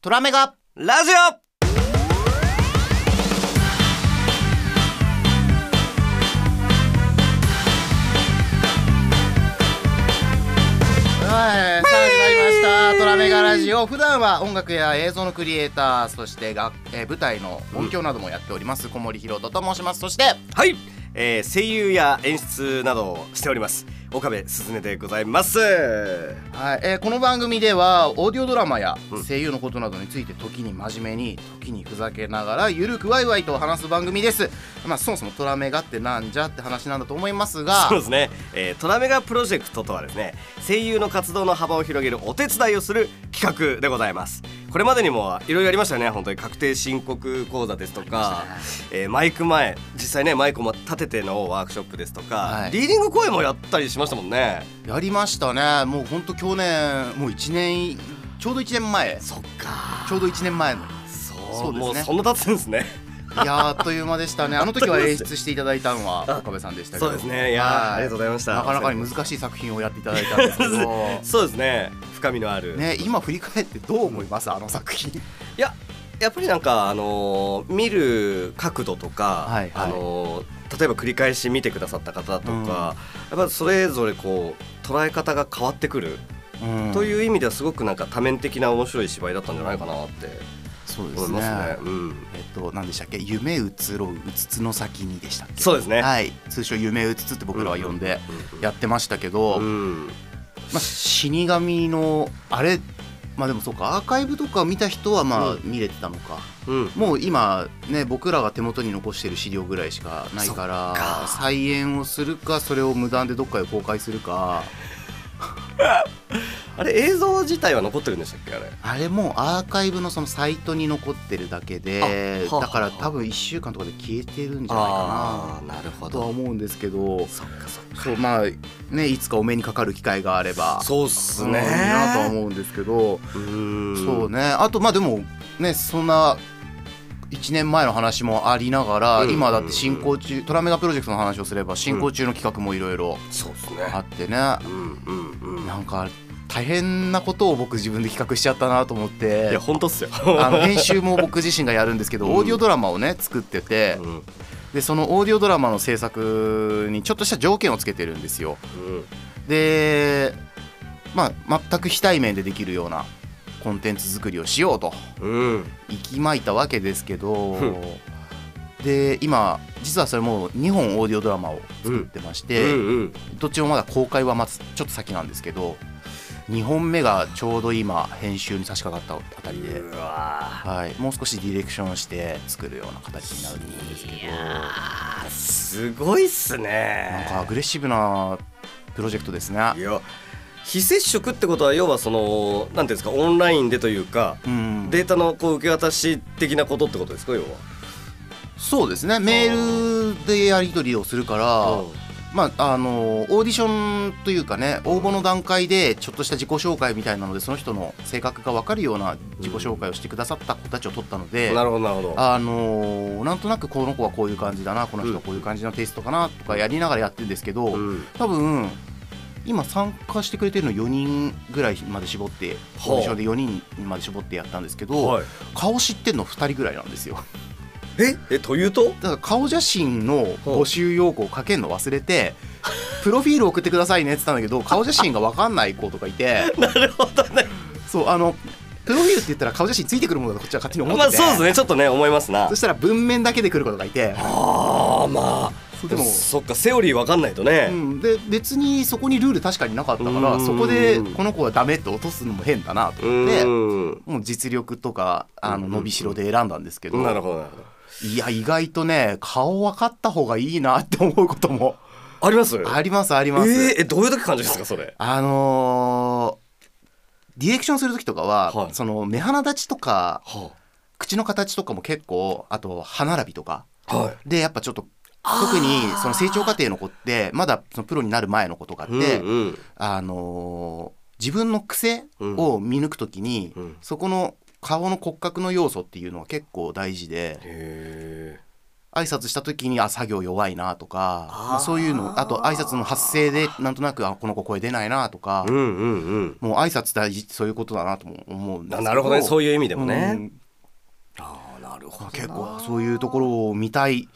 トラメガラジオはい、さあ始まりました「トラメガラジオ」普段は音楽や映像のクリエイターそしてが、えー舞台の音響などもやっております、小森ひろとと申しますそしてはい、えー、声優や演出などをしております岡部すずねでございますはいえーこの番組ではオーディオドラマやうん声優のことなどについて時に真面目に時にふざけながらゆるくワイワイと話す番組です、まあ、そもそも「トラメガ」ってなんじゃって話なんだと思いますがそうですね、えー、トラメガプロジェクトとはですね声優の活動の幅を広げるお手伝いをする企画でございますこれまでにもいろいろありましたよね本当に確定申告講座ですとか、えーマイク前実際ねマイクを立ててのワークショップですとか、はいリーディング声もやったりしましたもんねやりましたねもうほんと去年もう1年ちょうど1年前そっかちょうど1年前のそそううですねもうそんな経つんですねいやーあっという間でした ね。あの時は演出していただいたのは岡部さんでしたけど。そうですねいやーありがとうございましたなかなかに難しい作品をやっていただいたんですけど。そうですね深みのある、ね今振り返ってどう思いますあの作品。いややっぱりなんかあのー見る角度とか、はいはいあのー例えば繰り返し見てくださった方とか、やっぱりそれぞれこう捉え方が変わってくる、とういんう意味ではすごくなんか多面的な面白い芝居だったんじゃないかなってそうで思いすまね。すね。うん、えっと何でしたっけ夢移ろううつつの先にでしたっけ。そうですね。はい通称夢うつつって僕らは呼んでうんやってましたけど、うん、まあ死神のあれまあでもそうかアーカイブとか見た人はまあうん見れてたのか。うん、もう今ね僕らが手元に残してる資料ぐらいしかないからそっか再演をするかそれを無断でどっかで公開するかあれ映像自体は残ってるんでしたっけあれ？あれもうアーカイブのそのサイトに残ってるだけであはあだから多分1週間とかで消えてるんじゃないあかあーなるほなとはど。思うんですけどそっかそっか。そうまあねいつかお目にかかる機会があればそうっすうんいね。いなとは思うんですけど、うん。そうねあとまあでもねそんな1年前の話もありながら、うん今だって進行中トラメガプロジェクトの話をすれば進行中の企画もいろいろそうですね。あってね、うんうんうん。なんか大変なことを僕自分で企画しちゃったなと思っいてや。本当っすよ。あの編集も僕自身がやるんですけど、うんオーディオドラマをね作ってて、 うんでそのオーディオドラマの制作にちょっとした条件をつけてるんですようんでまあ全く非対面でできるようなコンテンツ作りをしようとうん息巻いたわけですけどふんで今実はそれもう2本オーディオドラマを作ってましうて、んどっちもまだ公開はまずちょっと先なんですけど2本目がちょうど今編集に差し掛かったあたりで、うわはい、もう少しディレクションして作るような形になると思うんですけどーすごいっすなんねかアグレッシブなプロジェクトですねい。や非接触ってことは要はそのなんていうんですかオンラインでというかうん、データのこう受け渡し的なことってことですか要はそうですねメールでやり取りをするから、まああのオーディションというかね応募の段階でちょっとした自己紹介みたいなのでその人の性格が分かるような自己紹介をしてくださった子たちを取ったので、なるほどなるほどあのなんとなくこの子はこういう感じだなこの人はこういう感じのテイストかなとかやりながらやってるんですけど、うん多分今参加してくれてるの4人ぐらいまで絞ってはあオーディションで4人まで絞ってやったんですけど、はい顔知ってるの2人ぐらいなんですよ。ええというだとから顔写真の募集要項をかけるの忘れ てプロフィール送ってくださいねって言ったんだけど顔写真が分かんない子とかいてなるほどねそうあのプロフィールって言ったら顔写真ついてくるものだとこっちは勝手に思ってまあて、そうですねちょっとね思いますなそしたら文面だけで来る子とかいてああまあそうででももそっかセオリーわかんないとねうん、で別にそこにルール確かになかったかうらんそこでこの子はダメって落とすのも変だなとう思ってんもう実力とかあの伸びしろで選んだんですけどなるほどなるほどいや意外とね顔分かった方がいいなって思うこともありますありますありえます。ーえどういう時感じですかそれあのーディレクションする時とかは、はいその目鼻立ちとかは口の形とかも結構あと歯並びとかはいでやっぱちょっと特にその成長過程の子ってまだそのプロになる前の子とかって、うんうんあのー自分の癖を見抜く時に、うんそこの顔の骨格の要素っていうのは結構大事でへ挨拶した時にあ作業弱いなとかあーまあ、そういうのあと挨拶の発声でなんとなくあこの子声出ないなとか、うんうんうんもう挨拶大事ってそういうことだなとも思うんですなけなるほどねそういういう意味でもね、んああなるほどな結構そういうところを見たい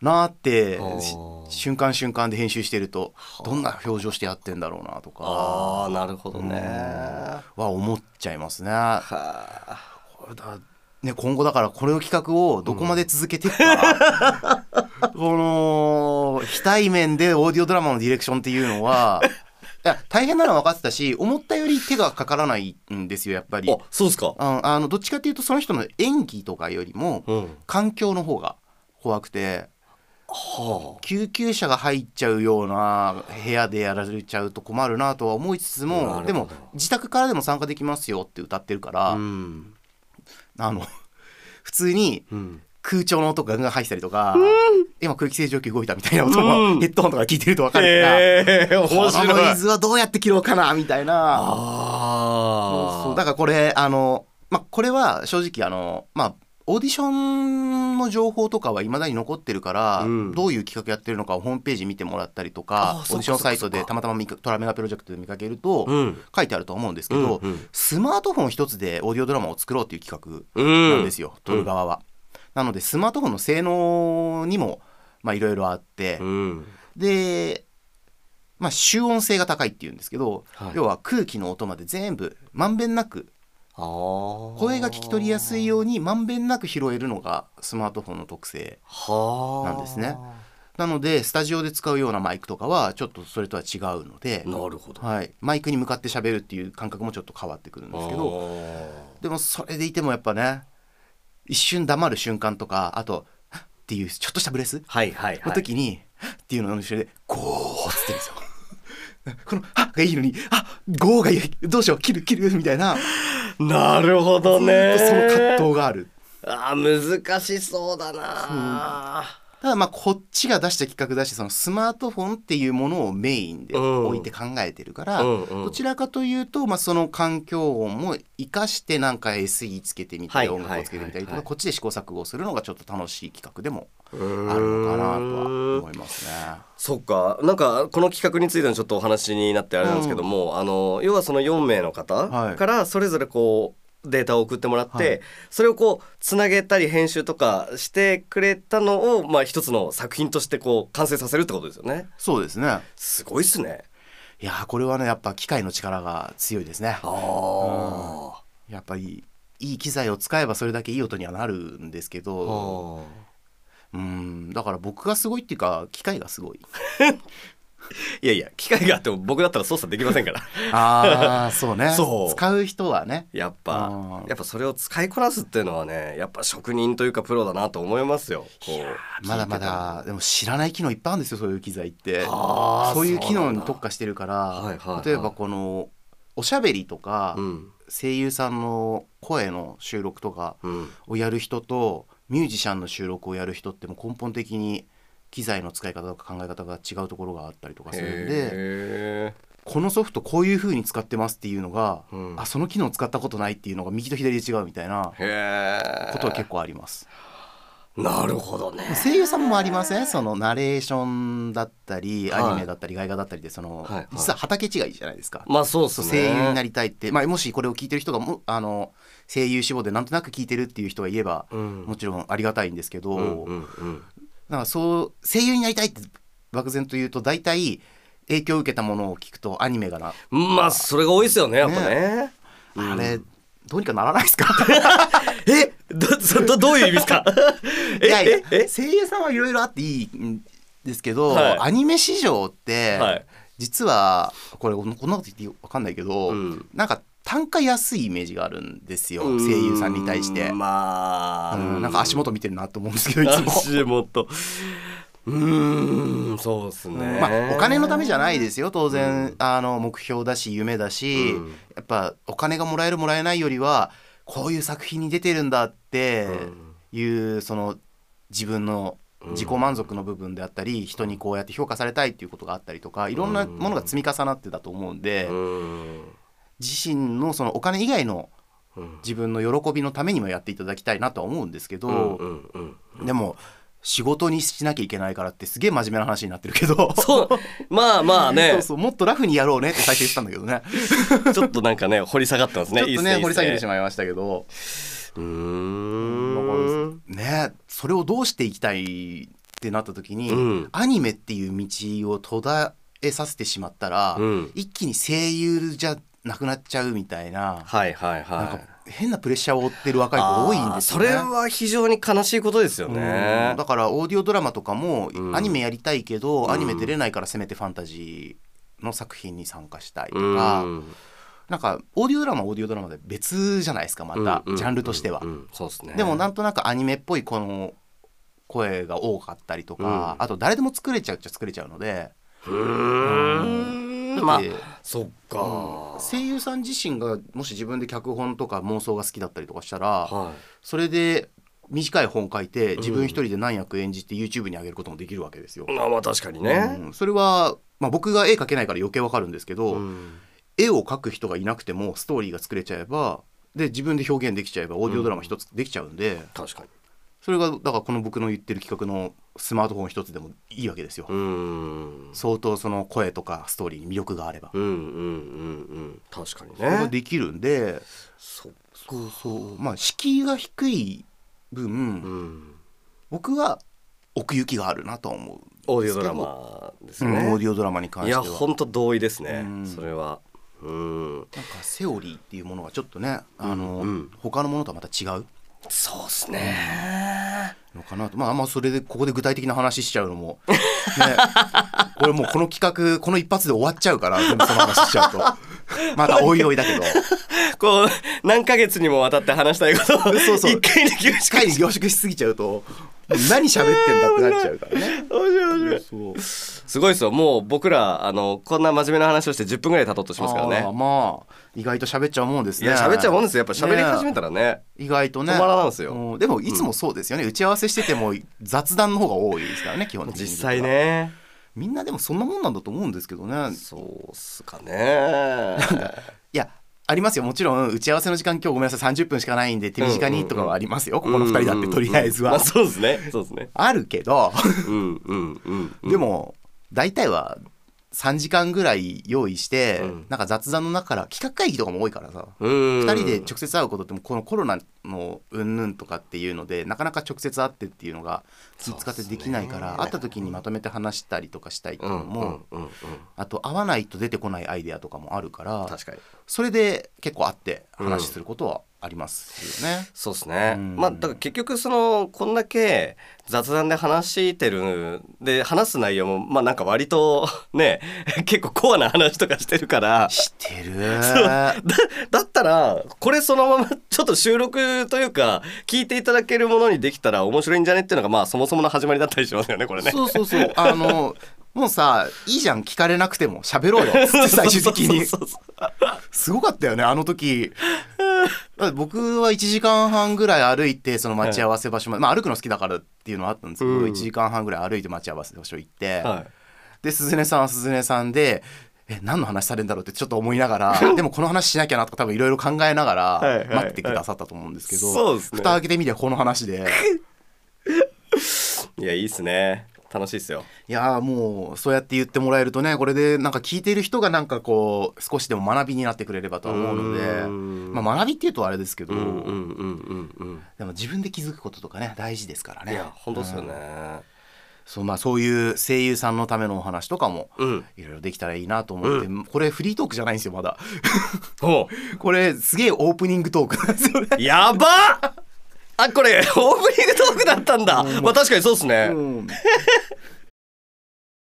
なってあーし瞬間瞬間で編集してるとどんな表情してやってんだろうなとかああなるほどね、は思っちゃいますね。はあこれだね、今後だからこれの企画をどこまで続けていくか、 この非対面でオーディオドラマのディレクションっていうのはいや大変なのは分かってたし思ったより手がかからないんですよやっぱりあ。そうですかああのどっちかっていうとその人の演技とかよりもうん環境の方が怖くては救急車が入っちゃうような部屋でやられちゃうと困るなとは思いつつなるほもどでも自宅からでも参加できますよって歌ってるから、あうんあの普通にうん空調の音がガンガン入ってたりとか、今空気清浄機動いたみたいな音うもんヘッドホンとかで聞いてると分かるから、ええー、面このノ白イいズはどうやって切ろうかなみたいなあそうだからこれあの、まあ、これは正直あの、まあ、オーディションの情報とかはいまだに残ってるから、うんどういう企画やってるのかをホームページ見てもらったりとあかオーーそデっかィションサイトでたまたま見かトラメガプロジェクトで見かけると、うん書いてあると思うんですけど、うんうんスマートフォン一つでオーディオドラマを作ろうっていう企画うんなんですよ、撮る側は。なのでスマートフォンの性能にもまあいろいろあって、うんで、まあ、集音性が高いっていうんですけど、はい要は空気の音まで全部まんべんなくあー声が聞き取りやすいようにまんべんなく拾えるのがスマートフォンの特性はあなんですねなのでスタジオで使うようなマイクとかはちょっとそれとは違うので、なるほどはい、マイクに向かって喋るっていう感覚もちょっと変わってくるんですけどどでもそれでいてもやっぱね一瞬黙る瞬間とかあと「はっっていうちょっとしたブレスはいはいはのい時に「はっっていうのの後ろで「ゴー」っつってるんですよ。 この「は」がいいのに「あゴー」がいいどうしよう切る切るみたいなずなるほどーねっとその葛藤がある。あー難しそうだなただまあこっちが出した企画だしそのスマートフォンっていうものをメインでうん置いて考えてるから、うんうんどちらかというと、まあ、その環境音も生かしてなんか SE つけてみたはいり音楽をつけてみたりとはいはいはかいこっちで試行錯誤するのがちょっと楽しい企画でもあるあるのかなとは思いますね。そっかなんかこの企画についてのちょっとお話になってあれなんですけども、あの要はその4名のは方いからそれぞれこうデータを送ってもらって、はいそれをこうつなげたり編集とかしてくれたのを、まあ、一つの作品としてこう完成させるってことですよね。そうですねすごいっすね。いやーこれはねやっぱ機械の力が強いですねあーやっぱりいい機材を使えばそれだけいい音にはなるんですけあどうーんだから僕がすごいっていうか機械がす ごいいやいや機械があっても僕だったら操作できませ んからああそうねそう使う人はねやっぱうんやっぱそれを使いこなすっていうのはねやっぱ職人というかプロだなと思いますよ。こうまだま聞いてだでも知らない機能いっぱいあるんですよそういう機材ってたらあーそういう機能そうなんにだ特化してるから、はいはいはい例えばこのおしゃべりとか、うん声優さんの声の収録とかうんをやる人とミュージシャンの収録をやる人ってもう根本的に機材の使い方とか考え方が違うところがあったりとかするんでへこのソフトこういう風に使ってますっていうのが、うんあその機能使ったことないっていうのが右と左で違うみたいなーへーことは結構あります。なるほどね声優さんもありませんそのナレーションだったりはいアニメだったり外画だったりでその、はいはい実は畑違いじゃないですか、まあそうっそすうね声優になりたいって、まあ、もしこれを聞いてる人がもあの声優志望でなんとなく聞いてるっていう人がいれば、うんもちろんありがたいんですけど、うんうんうんなんかそう声優になりたいって漠然と言うと大体影響を受けたものを聞くとアニメがな、まあそれが多いですよねやっぱねあれどうにかならないですかえ どそどどういう意味ですか えいやいやえ声優さんはいろいろあっていいんですけど、はいアニメ市場って、はい実はこれこんなこと言っていいか分かんないけど、うんなんか単価安いイメージがあるんですよえ声優さんに対して、うんまあうんなんか足元見てるなと思うんですけどいつも。足元うーんそうっすねまあ、お金のためじゃいないですよ当然、あの目標だし夢だし、うんやっぱお金がもらえるもらえないよりはこういう作品に出てるんだっていう、その自分の自己満足の部分であったり、人にこうやって評価されたいっていうことがあったりとかいろんなものが積み重なってだと思うんで、うん自身のそのお金以外のうん自分の喜びのためにもやっていただきたいなとは思うんですけど、うんうんでも仕事にしなきゃいけないからってすげえ真面目な話になってるけ どそうまあまあそねうそうもっとラフにやろうねって最初言ってたんだけどねちょっとなんかね掘り下がってますち ねょっとね掘り下げてしままいましたけどううーんねそれをどうしていきたいってなった時に、うんアニメっていう道を途絶えさせてしまったら、うん一気に声優じゃなくなっちゃうみたいな,、はいはいなんはかい変なプレッシャーを負ってる若い子多いんですよね。あーそれは非常に悲しいことですようねんだからオーディオドラマとかも、うんアニメやりたいけど、うんアニメ出れないからせめてファンタジーの作品に参加したいとうんか、なんかオーディオドラマはオーディオドラマで別じゃないですかまた、うんジャンルとしては、うんうんそうですねでもなんんとなくアニメっぽいこの声が多かったりとか、うんあと誰でも作れちゃうっちゃ作れちゃうので、うーんまあでそっか声優さん自身がもし自分で脚本とか妄想が好きだったりとかしたら、はそれで短い本書いてん自分一人で何役演じて YouTube に上げることもできるわけですよい。まあまあ確かにねうんそれは、まあ、僕が絵描けないから余計わかるんですけど、うん絵を描く人がいなくてもストーリーが作れちゃえばで自分で表現できちゃえばオーディオドラマ一つできちゃうんで、確かにそれがだからこの僕の言ってる企画のスマートフォン一つでもいいわけですよ、うーん相当その声とかストーリーに魅力があれば、うんうんうんうん確かにそれがねできるんでそっかそうそうまあ敷居が低い分、うん僕は奥行きがあるなとは思う、オーディオドラマですうんオーねディオドラマに関いしてやは本当同意ですねうんそれはうんなんかセオリーっていうものがちょっとねあの、うんうん他のものとはまた違うそうですねのかなとまああんまそれでここで具体的な話しちゃうのも、ね、 これもうこの企画この一発で終わっちゃうから全部その話しちゃうとまだおいおいだけどこう何ヶ月にもわたって話したいことをそうそう一回で凝縮機し械に凝縮しすぎちゃうと何喋ってんだってなっちゃうからね。面白い面白いそうすごいですよもう僕らあのこんな真面目な話をして10分ぐらい経とうとしますからあーねまあ意外と喋っちゃうもんですいね。や喋っちゃうもんですよやっぱ喋り始めねたらね意外とね。止まらないんですようでもいつもそうですよね。打ち合わせしてても雑談の方が多いですからね基本的に。実際。ねみんなでもそんなもんなんだと思うんですけどね。そうっすかねいやありますよもちろん打ち合わせの時間今日ごめんなさい30分しかないんで手短にとかはありますよ、ここの2人だってとりあえずは、まあそうですねそうですねあるけど、うんうんうんうんでも大体は3時間ぐらい用意して、うんなんか雑談の中から企画会議とかも多いからさ、 2 2人で直接会うことってもうこのコロナのうんぬんとかっていうのでなかなか直接会ってっていうのが気使ってできないから、そうっすね会った時にまとめて話したりとかしたいっていううのんも、うんうんうんあと会わないと出てこないアイデアとかもあるから確かにそれで結構会って話することはありますよね。そうですね、うんまあだから結局そのこんだけ雑談で話してるで話す内容もまあなんか割とね 結構コアな話とかしてるから してる。だだったらこれそのままちょっと収録というか聞いていただけるものにできたら面白いんじゃねっていうのがまあそもそもの始まりだったりしますよねこれね。そうそうそう。あの、もうさ、いいじゃん、聞かれなくても、喋 ろうよ。つって最終的に。 そうそうそうすごかったよね、あの時。だって僕は1時間半ぐらい歩いて、その待ち合わせ場所まで、まあ歩くの好きだからっていうのはあったんですけど、うん1時間半ぐらい歩いて待ち合わせ場所行って、そうはいで、鈴音さんは鈴音さんで、え、何の話されるんだろうってちょっと思いなが ら、でもこの話しなきゃなとか多分いろいろ考えながはいらはい待っててくださったと思うんですけど、そうですね蓋開けてみりゃこの話 で。いやいいっすね楽しいっすよ。いやーもうそうやって言ってもらえるとねこれでなんか聞いてる人がなんかこう少しでも学びになってくれればとは思うのでうんまあ、学びっていうとあれですけど、うんうんうんうんでも自分で気づくこととかね大事ですからうん。ねいや本当っすようんね。そうまあそういう声優さんのためのお話とかもうん。いろいろできたらいいなと思って、これフリートークじゃないんですよまだほう。これすげえオープニングトークなんですよねやばっあこれオープニングトークだったんだまあ確かにそうっすね、うん